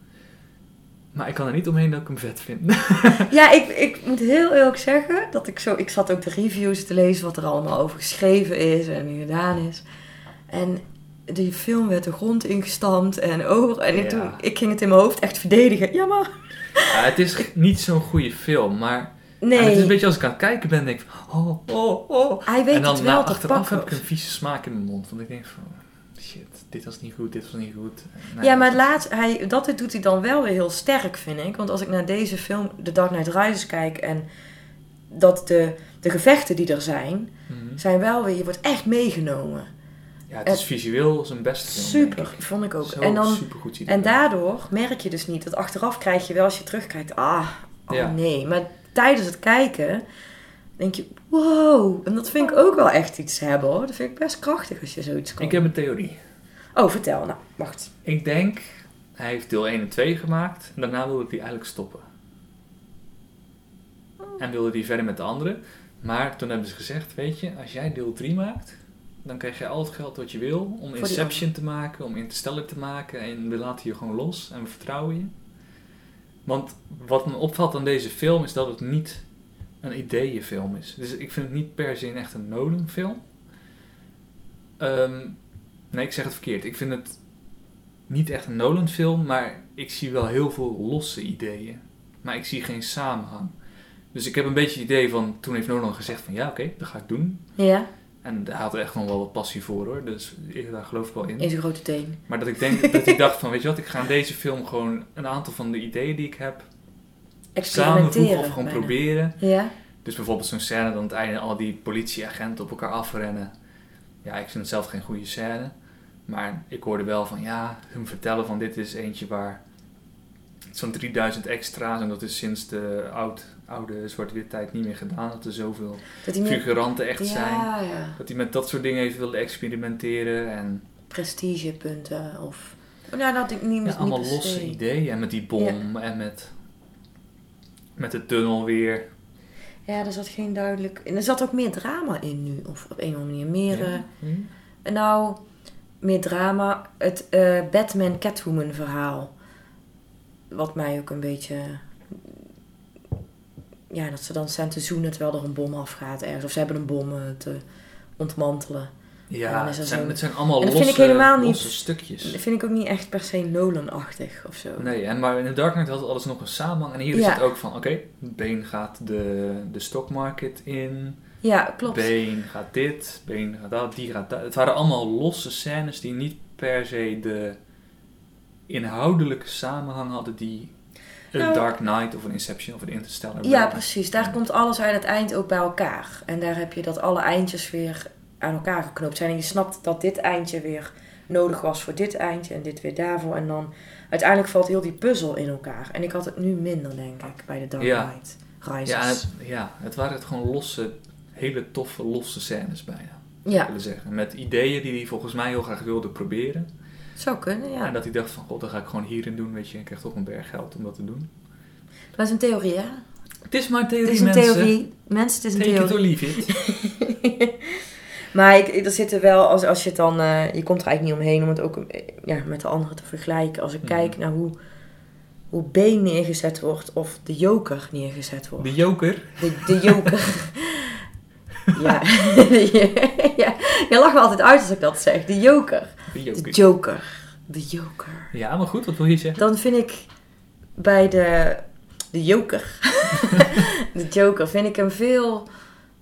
S1: Maar ik kan er niet omheen dat ik hem vet vind.
S2: Ja, ik, ik moet heel eerlijk zeggen dat ik zo... Ik zat ook de reviews te lezen wat er allemaal over geschreven is en gedaan is. En die film werd de grond ingestampt en over... En ik,
S1: Ja.
S2: toen, ik ging het in mijn hoofd echt verdedigen. Ja, maar...
S1: Ja, het is g- niet zo'n goede film, maar
S2: Nee,
S1: en het is een beetje als ik aan het kijken ben, denk ik van, oh, oh, oh.
S2: hij weet
S1: en dan
S2: het
S1: na-
S2: wel te
S1: achteraf
S2: pakken.
S1: heb ik een vieze smaak in mijn mond, want ik denk van, shit, dit was niet goed, dit was niet goed. Nou,
S2: Ja, maar het laatst, hij, dat doet hij dan wel weer heel sterk, vind ik. Want als ik naar deze film, The Dark Knight Rises, kijk en dat de, de gevechten die er zijn,
S1: Mhm.
S2: zijn wel weer, je wordt echt meegenomen.
S1: Ja, het is visueel zijn beste film.
S2: Eh, Super,
S1: denk ik.
S2: vond ik ook.
S1: Zo
S2: en, dan,
S1: super goed
S2: en daardoor merk je dus niet, dat achteraf krijg je wel als je terugkijkt, ah, oh
S1: Ja.
S2: nee. Maar tijdens het kijken denk je, wow. En dat vind ik ook wel echt iets hebben hoor. Dat vind ik best krachtig als je zoiets kan.
S1: Ik heb een theorie.
S2: Oh, vertel. Nou, wacht.
S1: Ik denk, hij heeft deel 1 en 2 gemaakt. En daarna wilde hij eigenlijk stoppen. En wilde hij verder met de andere. Maar toen hebben ze gezegd, weet je, als jij deel 3 maakt... dan krijg jij al het geld wat je wil om
S2: die
S1: Inception te maken, om Interstellar te maken. En we laten je gewoon los en we vertrouwen je. Want wat me opvalt aan deze film is dat het niet een ideeënfilm is. Dus ik vind het niet per se een echt een Nolan film. Ehm, nee, ik zeg het verkeerd. Ik vind het niet echt een Nolan film, maar ik zie wel heel veel losse ideeën. Maar ik zie geen samenhang. Dus ik heb een beetje het idee van, toen heeft Nolan gezegd van ja oké, dat ga ik doen.
S2: Ja,
S1: En hij had er echt nog wel wat passie voor hoor, dus ik, daar geloof ik wel in.
S2: in zijn grote teen.
S1: Maar dat ik denk dat ik dacht van, weet je wat, ik ga in deze film gewoon een aantal van de ideeën die ik heb samenvoegen
S2: Experimenteren.
S1: of gewoon
S2: bijna.
S1: proberen.
S2: Ja.
S1: Dus bijvoorbeeld zo'n scène dat aan het einde al die politieagenten op elkaar afrennen. Ja, ik vind het zelf geen goede scène. Maar ik hoorde wel van ja, hun vertellen van dit is eentje waar zo'n 3000 extra's en dat is sinds de oud, oude zwart-wit tijd niet meer gedaan. Dat er zoveel
S2: Dat die meer-
S1: figuranten echt zijn.
S2: Ja, ja.
S1: Dat hij met dat soort dingen even wilde experimenteren en
S2: Prestigepunten of... Oh, Nou, dat ik niet,
S1: Ja,
S2: niet
S1: allemaal
S2: per se.
S1: losse ideeën. En met die bom en met, met de tunnel weer.
S2: Ja, er zat geen duidelijk... En er zat ook meer drama in nu. Of op een of andere manier meer...
S1: Ja. Hm?
S2: eh, nou, meer drama. Het eh, Batman-Catwoman verhaal. Wat mij ook een beetje... eh, Ja, dat ze dan staan te zoenen terwijl er een bom afgaat ergens. Of ze hebben een bom eh, te ontmantelen. Ja,
S1: Ja,
S2: dan is
S1: het
S2: er
S1: zijn,
S2: zo'n-
S1: het zijn allemaal
S2: En dat
S1: losse,
S2: vind ik helemaal niet-
S1: losse
S2: Dat
S1: stukjes.
S2: vind ik ook niet echt per se Nolan-achtig of zo.
S1: Nee, en maar in de Dark Knight had alles nog een samenhang. En hier is
S2: Ja.
S1: het ook van, oké, Bane gaat de, de stockmarket in.
S2: Ja, klopt.
S1: Bane gaat dit, Bane gaat dat, die gaat dat. Het waren allemaal losse scènes die niet per se de inhoudelijke samenhang hadden die een
S2: Nou-
S1: Dark Knight of een Inception of een Interstellar
S2: Ja, precies. Daar komt alles aan het eind ook bij elkaar. En daar heb je dat alle eindjes weer aan elkaar geknoopt zijn. En je snapt dat dit eindje weer nodig was voor dit eindje en dit weer daarvoor. En dan uiteindelijk valt heel die puzzel in elkaar. En ik had het nu minder, denk ik, bij de Dark
S1: Ja.
S2: Knight Rises.
S1: Ja, en het, ja, het waren het gewoon losse, hele toffe losse scènes bijna,
S2: Ja,
S1: willen zeggen. Met ideeën die hij volgens mij heel graag wilde proberen.
S2: zou kunnen, ja.
S1: En dat hij dacht van, god, dat ga ik gewoon hierin doen, weet je. Ik krijg toch een berg geld om dat te doen.
S2: Dat is een theorie, hè?
S1: Het is maar een theorie,
S2: Het is een
S1: mensen.
S2: theorie. Mensen, het is een
S1: Take it
S2: theorie.
S1: or leave it.
S2: Maar ik, ik- er zitten wel, als, als je het dan, eh, je komt er eigenlijk niet omheen om het ook eh, ja, met de anderen te vergelijken. Als ik
S1: Mhm.
S2: kijk naar hoe, hoe B neergezet wordt of de joker neergezet wordt.
S1: De joker.
S2: De, de joker. ja. ja, je lacht me altijd uit als ik dat zeg. De joker.
S1: De
S2: De
S1: joker.
S2: joker. De joker.
S1: Ja, maar goed, wat wil je zeggen?
S2: Dan vind ik bij de, de joker, de joker, vind ik hem veel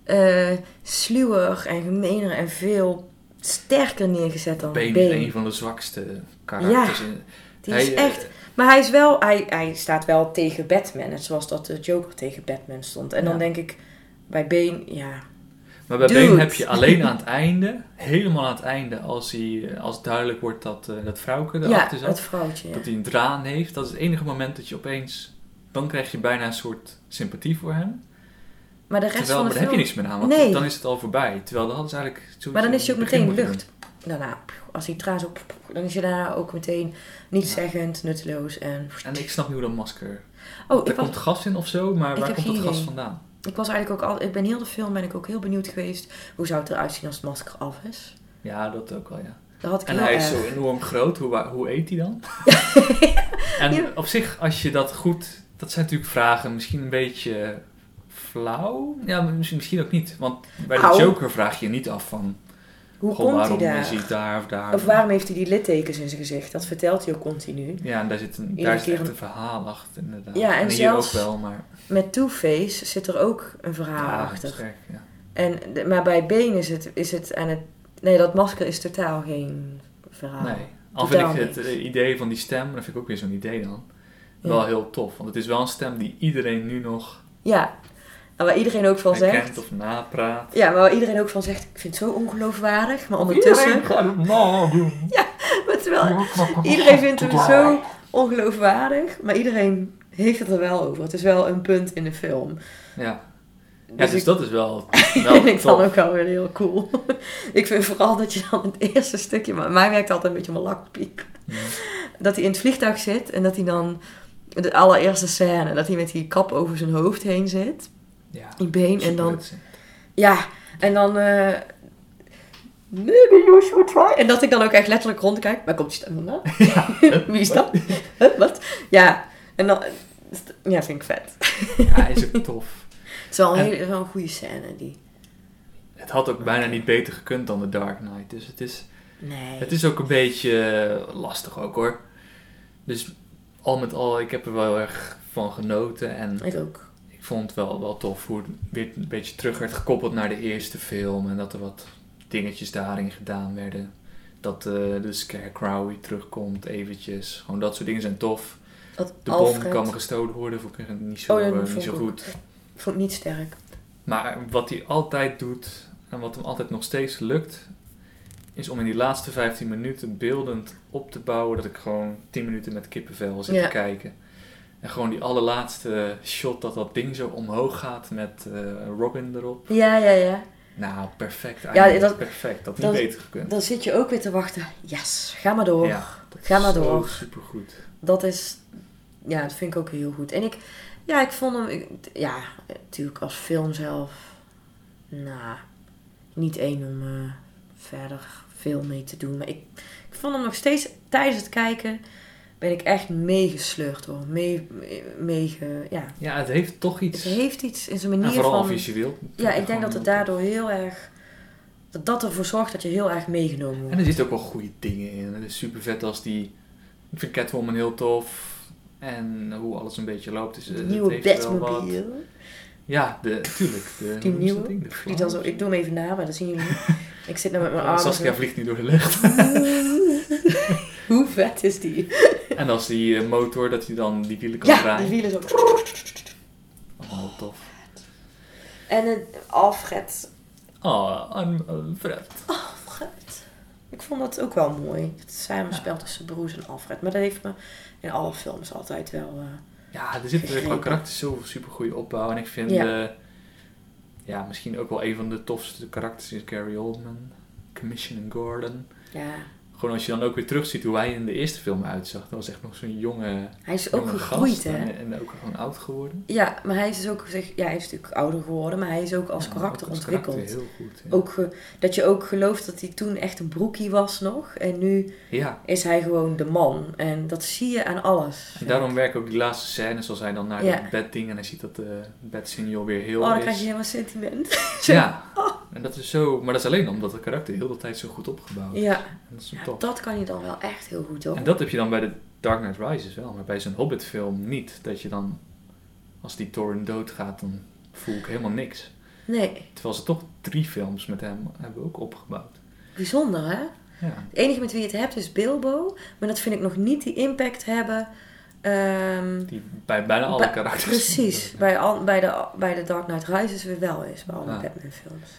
S2: eh, sluwer en gemener en veel sterker neergezet dan
S1: Bane
S2: Bane.
S1: is een van de zwakste karakters. in-
S2: Die
S1: Hij,
S2: is
S1: eh,
S2: echt... Maar hij, is wel, hij, hij staat wel tegen Batman, net zoals dat de joker tegen Batman stond. En dan
S1: Ja.
S2: denk ik bij Bane, ja...
S1: Maar bij
S2: Dude.
S1: Bane heb je alleen aan het einde, helemaal aan het einde, als, hij, eh, als duidelijk wordt dat, eh, dat vrouwke
S2: Ja,
S1: erachter zat.
S2: het vrouwtje. ja.
S1: Dat hij een draan heeft. Dat is het enige moment dat je opeens... Dan krijg je bijna een soort sympathie voor hem.
S2: Maar de rest
S1: Terwijl, maar daar
S2: van de
S1: heb je
S2: film...
S1: niets meer aan. Want
S2: Nee.
S1: dan is het al voorbij. Terwijl dan hadden ze eigenlijk... zo-
S2: Maar dan is hij ook
S1: in het begin
S2: meteen
S1: moeten
S2: lucht. daarna, pff, als hij traas op, dan is je daarna ook meteen nietszeggend, nutteloos en...
S1: En ik snap niet hoe dat masker...
S2: Oh,
S1: er
S2: ik was,
S1: komt gas in of zo, maar
S2: Ik
S1: waar
S2: heb
S1: komt dat
S2: geen
S1: gas
S2: idee.
S1: vandaan?
S2: ik was eigenlijk ook al... Ik ben heel de film ben ik ook heel benieuwd geweest. Hoe zou het eruit zien als het masker af is?
S1: Ja, dat ook wel, ja.
S2: Dat had ik eh,
S1: En
S2: heel
S1: hij is
S2: erg.
S1: zo enorm groot. Hoe, wa- hoe eet hij dan? en
S2: Ja.
S1: op zich, als je dat goed... Dat zijn natuurlijk vragen. Misschien een beetje flauw. Ja, maar misschien, misschien ook niet. Want bij de
S2: Au.
S1: Joker vraag je je niet af van...
S2: Hoe
S1: "Goh,
S2: komt hij
S1: waarom
S2: daar?
S1: is hij daar of daar?
S2: Of waarom heeft hij die littekens in zijn gezicht? Dat vertelt hij ook continu.
S1: Ja, en daar zit, een,
S2: Iedere
S1: daar zit
S2: keer
S1: echt
S2: een-
S1: een verhaal achter, inderdaad.
S2: Ja, en
S1: hier
S2: zelfs-
S1: ook wel, maar...
S2: Met Two-Face zit er ook een verhaal
S1: Ja,
S2: achter.
S1: sterk, ja.
S2: En, de- maar bij Bane is het, is het aan het... Nee, dat masker is totaal geen verhaal.
S1: Nee. Al vind
S2: Totaal
S1: ik het
S2: niks.
S1: eh, idee van die stem, dat vind ik ook weer zo'n idee dan,
S2: Ja.
S1: wel heel tof. Want het is wel een stem die iedereen nu nog
S2: Ja. En waar iedereen ook van
S1: herkent
S2: zegt...
S1: of napraat.
S2: Ja, maar waar iedereen ook van zegt... Ik vind het zo ongeloofwaardig. Maar ondertussen...
S1: gaat het nadoen.
S2: Maar terwijl, iedereen vindt hem zo ongeloofwaardig. Maar iedereen heeft het er wel over. Het is wel een punt in de film.
S1: Ja. ja,
S2: Dus
S1: dus,
S2: ik-
S1: dat is wel,
S2: vind
S1: wel
S2: ik dan
S1: tof.
S2: ook wel weer heel cool. ik vind vooral dat je dan het eerste stukje... Maar mij werkt altijd een beetje mijn lakpiep. Dat hij in het vliegtuig zit en dat hij dan... De allereerste scène, dat hij met die kap over zijn hoofd heen zit.
S1: Ja.
S2: Die been en dan...
S1: Superhutsing.
S2: Ja, en dan... eh Maybe you should try. En dat ik dan ook echt letterlijk rondkijk. Waar komt die stem vandaan? Wie is dat? Huh, wat? Ja, en dan... Ja, vind ik vet.
S1: Ja, is ook tof.
S2: Het is wel een,
S1: En-
S2: hele, wel een goede scène, die...
S1: Het had ook bijna niet beter gekund dan The Dark Knight. Dus het is,
S2: Nee.
S1: het is ook een beetje eh, lastig ook hoor. Dus al met al, ik heb er wel erg van genoten. En
S2: Ik ook.
S1: ik vond het wel, wel tof hoe het weer een beetje terug werd gekoppeld naar de eerste film. En dat er wat dingetjes daarin gedaan werden. Dat eh, de Scarecrow weer terugkomt eventjes. Gewoon dat soort dingen zijn tof.
S2: Dat
S1: De
S2: Alfred
S1: bom kan gestolen worden, vond ik niet zo,
S2: Oh ja, dat
S1: eh, niet
S2: vond
S1: zo
S2: ik
S1: goed.
S2: vond ik niet sterk.
S1: Maar wat hij altijd doet en wat hem altijd nog steeds lukt, is om in die laatste 15 minuten beeldend op te bouwen dat ik gewoon 10 minuten met kippenvel zit
S2: Ja.
S1: te kijken. En gewoon die allerlaatste shot dat dat ding zo omhoog gaat met eh, Robin erop.
S2: Ja, ja, ja.
S1: Nou, perfect. Eigenlijk
S2: dat-
S1: perfect. Dat had
S2: dat-
S1: niet beter gekund.
S2: Dan zit je ook weer te wachten. Yes, ga maar door.
S1: dat
S2: Ga
S1: is
S2: maar
S1: zo
S2: door.
S1: Supergoed.
S2: dat is, ja, dat vind ik ook heel goed. En ik, ja, ik vond hem, ik- ja, natuurlijk als film zelf, nou, niet één om eh, verder veel mee te doen. Maar ik, ik vond hem nog steeds, tijdens het kijken, ben ik echt meegesleurd hoor. Mee, mee, meege- ja.
S1: Ja, het heeft toch
S2: Het
S1: iets.
S2: heeft iets in zijn
S1: en
S2: manier
S1: vooral
S2: van...
S1: visueel.
S2: Ja, ik denk dat
S1: Gewoon-
S2: het daardoor heel erg, dat dat ervoor zorgt dat je heel erg meegenomen wordt.
S1: En er zitten ook wel goede dingen in. Het is super vet als die. Ik vind Catwoman heel tof. En hoe alles een beetje loopt. Dus, eh,
S2: De
S1: het
S2: nieuwe
S1: heeft wel wat.
S2: Batmobile.
S1: Ja, de, tuurlijk. De,
S2: Die
S1: hoe is
S2: nieuwe,
S1: dat ding? De
S2: Die dan zo,
S1: Fly-
S2: ik doe hem even na, maar dan zien jullie. Ik zit nou met mijn
S1: Eh,
S2: armen.
S1: Saskia
S2: zo.
S1: vliegt nu door de lucht.
S2: Hoe vet is die?
S1: en als die eh, motor, dat hij dan die wielen kan
S2: Ja, die
S1: draaien.
S2: wielen zo.
S1: Allemaal tof.
S2: En het Alfred.
S1: Oh, I'm Alfred.
S2: Alfred. Ik vond dat ook wel mooi. Het samenspel tussen broers en Alfred. Maar dat heeft me in alle films altijd wel... eh,
S1: Ja, er zit weer qua
S2: Gegrepen.
S1: karakter zoveel super goede opbouw. En ik vind
S2: Ja.
S1: eh, ja, misschien ook wel een van de tofste karakters is Gary Oldman. Commissioner Gordon.
S2: ja,
S1: Gewoon als je dan ook weer terugziet hoe hij in de eerste film uitzag. Dat was echt nog zo'n jonge,
S2: hij is ook
S1: jonge
S2: gegroeid,
S1: gast.
S2: hè?
S1: En, en ook gewoon oud geworden.
S2: Ja, maar hij is dus ook gezegd... Ja, hij is natuurlijk ouder geworden, maar hij is ook als
S1: Ja,
S2: karakter
S1: ook als
S2: ontwikkeld.
S1: karakter heel goed. Ja.
S2: Ook ge- dat je ook gelooft dat hij toen echt een broekie was nog. En nu
S1: ja,
S2: is hij gewoon de man. En dat zie je aan alles.
S1: en daarom werken ook die laatste scènes als hij dan naar
S2: Ja.
S1: dat bedding en hij ziet dat de bedsignaal weer heel
S2: Oh, dan
S1: is.
S2: krijg je Oh. helemaal sentiment.
S1: Ja, en dat is zo, maar dat is alleen omdat het karakter heel de tijd zo goed opgebouwd is.
S2: Ja,
S1: En dat is een tof.
S2: dat kan je dan wel echt heel goed, hoor.
S1: En dat heb je dan bij de Dark Knight Rises wel, maar bij zo'n Hobbit film niet. Dat je dan, als die Thorin doodgaat, dan voel ik helemaal niks.
S2: Nee,
S1: Terwijl ze toch drie films met hem hebben ook opgebouwd.
S2: bijzonder, hè?
S1: Ja.
S2: Het enige met wie je het hebt is Bilbo. Maar dat vind ik nog niet die impact hebben... ehm,
S1: Die bij bijna alle
S2: bij-
S1: karakters.
S2: Precies. Bij, al, bij, de, bij de Dark Knight Rises weer wel is. Bij alle
S1: Ja.
S2: Batman-films.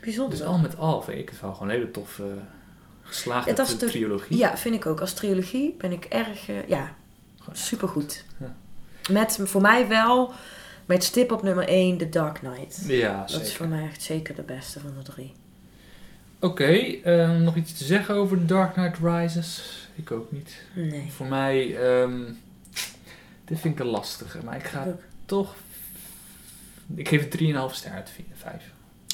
S2: Bijzonder.
S1: Dus al met al vind ik het wel gewoon een hele toffe, geslaagde
S2: Het was de-
S1: trilogie.
S2: Ja, vind ik ook. Als trilogie ben ik erg... eh, ja,
S1: Gewoon echt
S2: supergoed.
S1: Ja.
S2: Met voor mij wel... Met stip op nummer 1, The Dark Knight.
S1: Ja,
S2: Dat is
S1: zeker.
S2: voor mij echt zeker de beste van de drie.
S1: Oké, eh, nog iets te zeggen over Dark Knight Rises? Ik ook niet.
S2: Nee.
S1: Voor mij, ehm, dit vind ik een lastige, maar ik ga
S2: Ook.
S1: toch. Ik geef het 3,5 ster uit 5.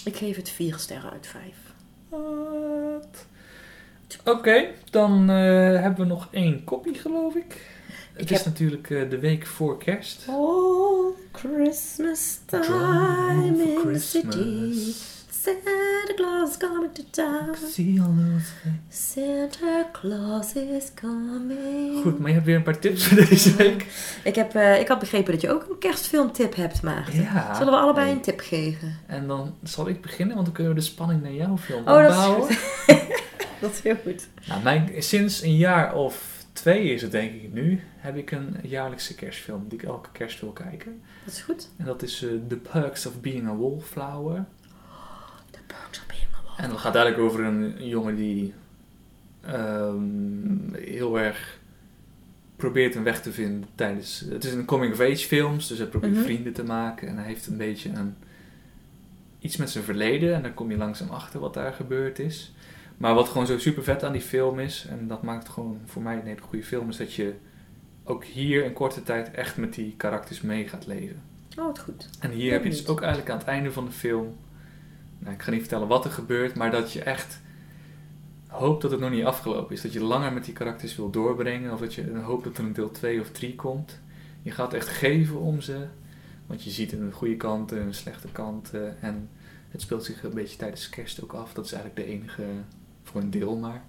S2: Ik geef het vier sterren uit vijf.
S1: Wat? Oké, dan eh, hebben we nog één kopie, geloof ik. Het
S2: Ik
S1: is
S2: heb-
S1: natuurlijk eh, de week voor kerst.
S2: Oh, Christmas time
S1: Driving
S2: in
S1: for
S2: the city.
S1: Christmas.
S2: Santa Claus coming to town.
S1: Zie al onze-
S2: Santa Claus is coming.
S1: Goed, maar je hebt weer een paar tips voor deze week.
S2: Ik, heb, eh, ik had begrepen dat je ook een kerstfilmtip hebt, Maarten.
S1: Ja.
S2: Zullen we allebei
S1: Hey.
S2: een tip geven?
S1: En dan zal ik beginnen, want dan kunnen we de spanning naar jouw film
S2: Oh, dat is
S1: opbouwen.
S2: Dat is heel goed.
S1: Nou, mijn, sinds een jaar of twee is het denk ik nu, heb ik een jaarlijkse kerstfilm die ik elke kerst wil kijken.
S2: Dat is goed.
S1: En dat is eh, The Perks of Being a Wallflower.
S2: De perks op helemaal
S1: En dat gaat eigenlijk over een jongen die ehm, heel erg probeert een weg te vinden tijdens... Het is een coming-of-age films, dus hij probeert
S2: Mhm.
S1: vrienden te maken. En hij heeft een beetje een, iets met zijn verleden. En dan kom je langzaam achter wat daar gebeurd is. Maar wat gewoon zo super vet aan die film is... en dat maakt gewoon voor mij een hele goede film... is dat je ook hier in korte tijd echt met die karakters mee gaat leven.
S2: Oh, het goed.
S1: En hier heb je dus ook eigenlijk aan het einde van de film. Nou, ik ga niet vertellen wat er gebeurt, maar dat je echt hoopt dat het nog niet afgelopen is. Dat je langer met die karakters wil doorbrengen. Of dat je hoopt dat er een deel 2 of 3 komt. Je gaat echt geven om ze. Want je ziet een goede kant, een slechte kant. eh, En het speelt zich een beetje tijdens kerst ook af. Dat is eigenlijk de enige, voor een deel maar.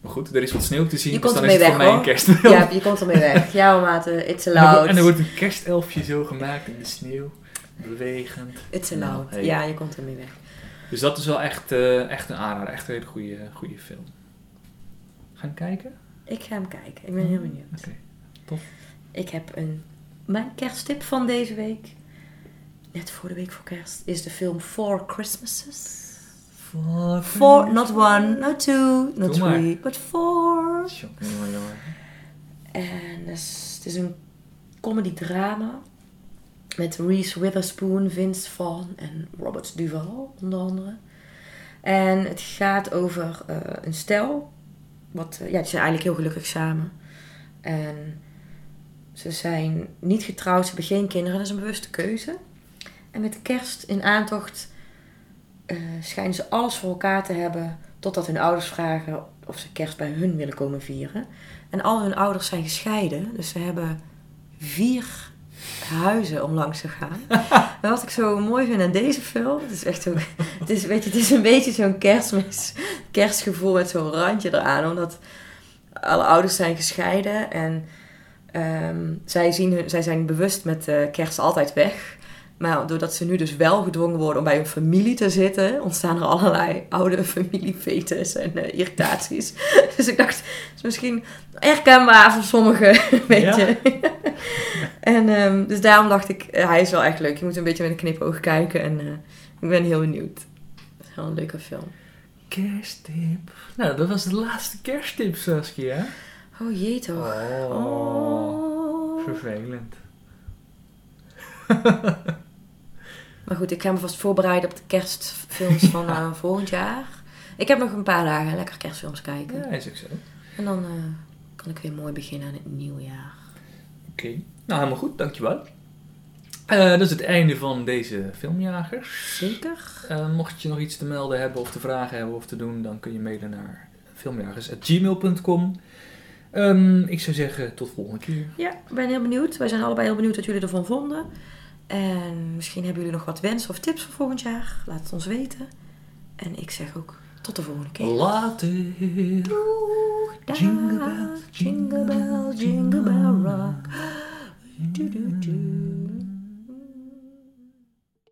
S1: Maar goed, er is wat sneeuw te zien.
S2: Je
S1: dus
S2: komt
S1: dan is
S2: ermee
S1: het voor mij
S2: weg,
S1: een
S2: hoor.
S1: kerstfilm.
S2: Ja, je komt ermee weg. Ja, maten. It's
S1: En er wordt-
S2: allowed.
S1: En er wordt een kerstelfje zo gemaakt in de sneeuw. Bewegend.
S2: It's
S1: Nou,
S2: allowed.
S1: hey.
S2: Ja, je komt ermee weg.
S1: Dus dat is wel echt, eh, echt een aanrader. Echt een hele goede, goede film. Gaan kijken?
S2: Ik ga hem kijken. Ik ben heel benieuwd.
S1: Mm. Oké.
S2: Ik heb een... Mijn kersttip van deze week, net voor de week voor kerst, is de film Four Christmases. Four, not one, not two, not
S1: Doe maar.
S2: three, but four.
S1: Tjonge, jonge, jonge.
S2: En het is, het is een comedy-drama met Reese Witherspoon, Vince Vaughn en Robert Duval, onder andere. En het gaat over eh, een stel, wat, eh, ja, die zijn eigenlijk heel gelukkig samen. En ze zijn niet getrouwd, ze hebben geen kinderen, dat is een bewuste keuze. En met kerst in aantocht eh, schijnen ze alles voor elkaar te hebben, totdat hun ouders vragen of ze kerst bij hun willen komen vieren. En al hun ouders zijn gescheiden. Dus ze hebben vier huizen om langs te gaan. Maar wat ik zo mooi vind aan deze film... Het is echt zo... Het is, weet je, het is een beetje zo'n kerstmis, kerstgevoel met zo'n randje eraan. Omdat alle ouders zijn gescheiden. En ehm, zij, zien hun, zij zijn bewust met eh, kerst altijd weg. Maar doordat ze nu dus wel gedwongen worden om bij hun familie te zitten... ontstaan er allerlei oude familievetes en eh, irritaties. Dus ik dacht, het is misschien herkenbaar voor sommigen, weet
S1: Ja.
S2: je. en ehm, dus daarom dacht ik, eh, hij is wel echt leuk. Je moet een beetje met een knipoog kijken en eh, ik ben heel benieuwd. Het is wel een leuke film.
S1: Kersttip. Nou, dat was de laatste kersttip, Saskia.
S2: Oh jee toch. Oh.
S1: Vervelend.
S2: Maar goed, ik ga me vast voorbereiden op de kerstfilms van eh, volgend jaar. Ik heb nog een paar dagen lekker kerstfilms kijken.
S1: Ja, is ook zo. Oké.
S2: En dan eh, kan ik weer mooi beginnen aan het nieuwe jaar.
S1: Nou, helemaal goed. Dankjewel. Eh dat is het einde van deze filmjagers.
S2: Zeker.
S1: Eh, mocht je nog iets te melden hebben of te vragen hebben of te doen, dan kun je mailen naar filmjagers.gmail.com. Ehm, ik zou zeggen, tot volgende keer.
S2: Ja, ik ben heel benieuwd. Wij zijn allebei heel benieuwd wat jullie ervan vonden. En misschien hebben jullie nog wat wensen of tips voor volgend jaar. Laat het ons weten. En ik zeg ook tot de volgende keer.
S1: Oh, Later.
S2: Dag.
S1: Jingle bells,
S2: jingle bell, jingle bell rock. Do, do, do.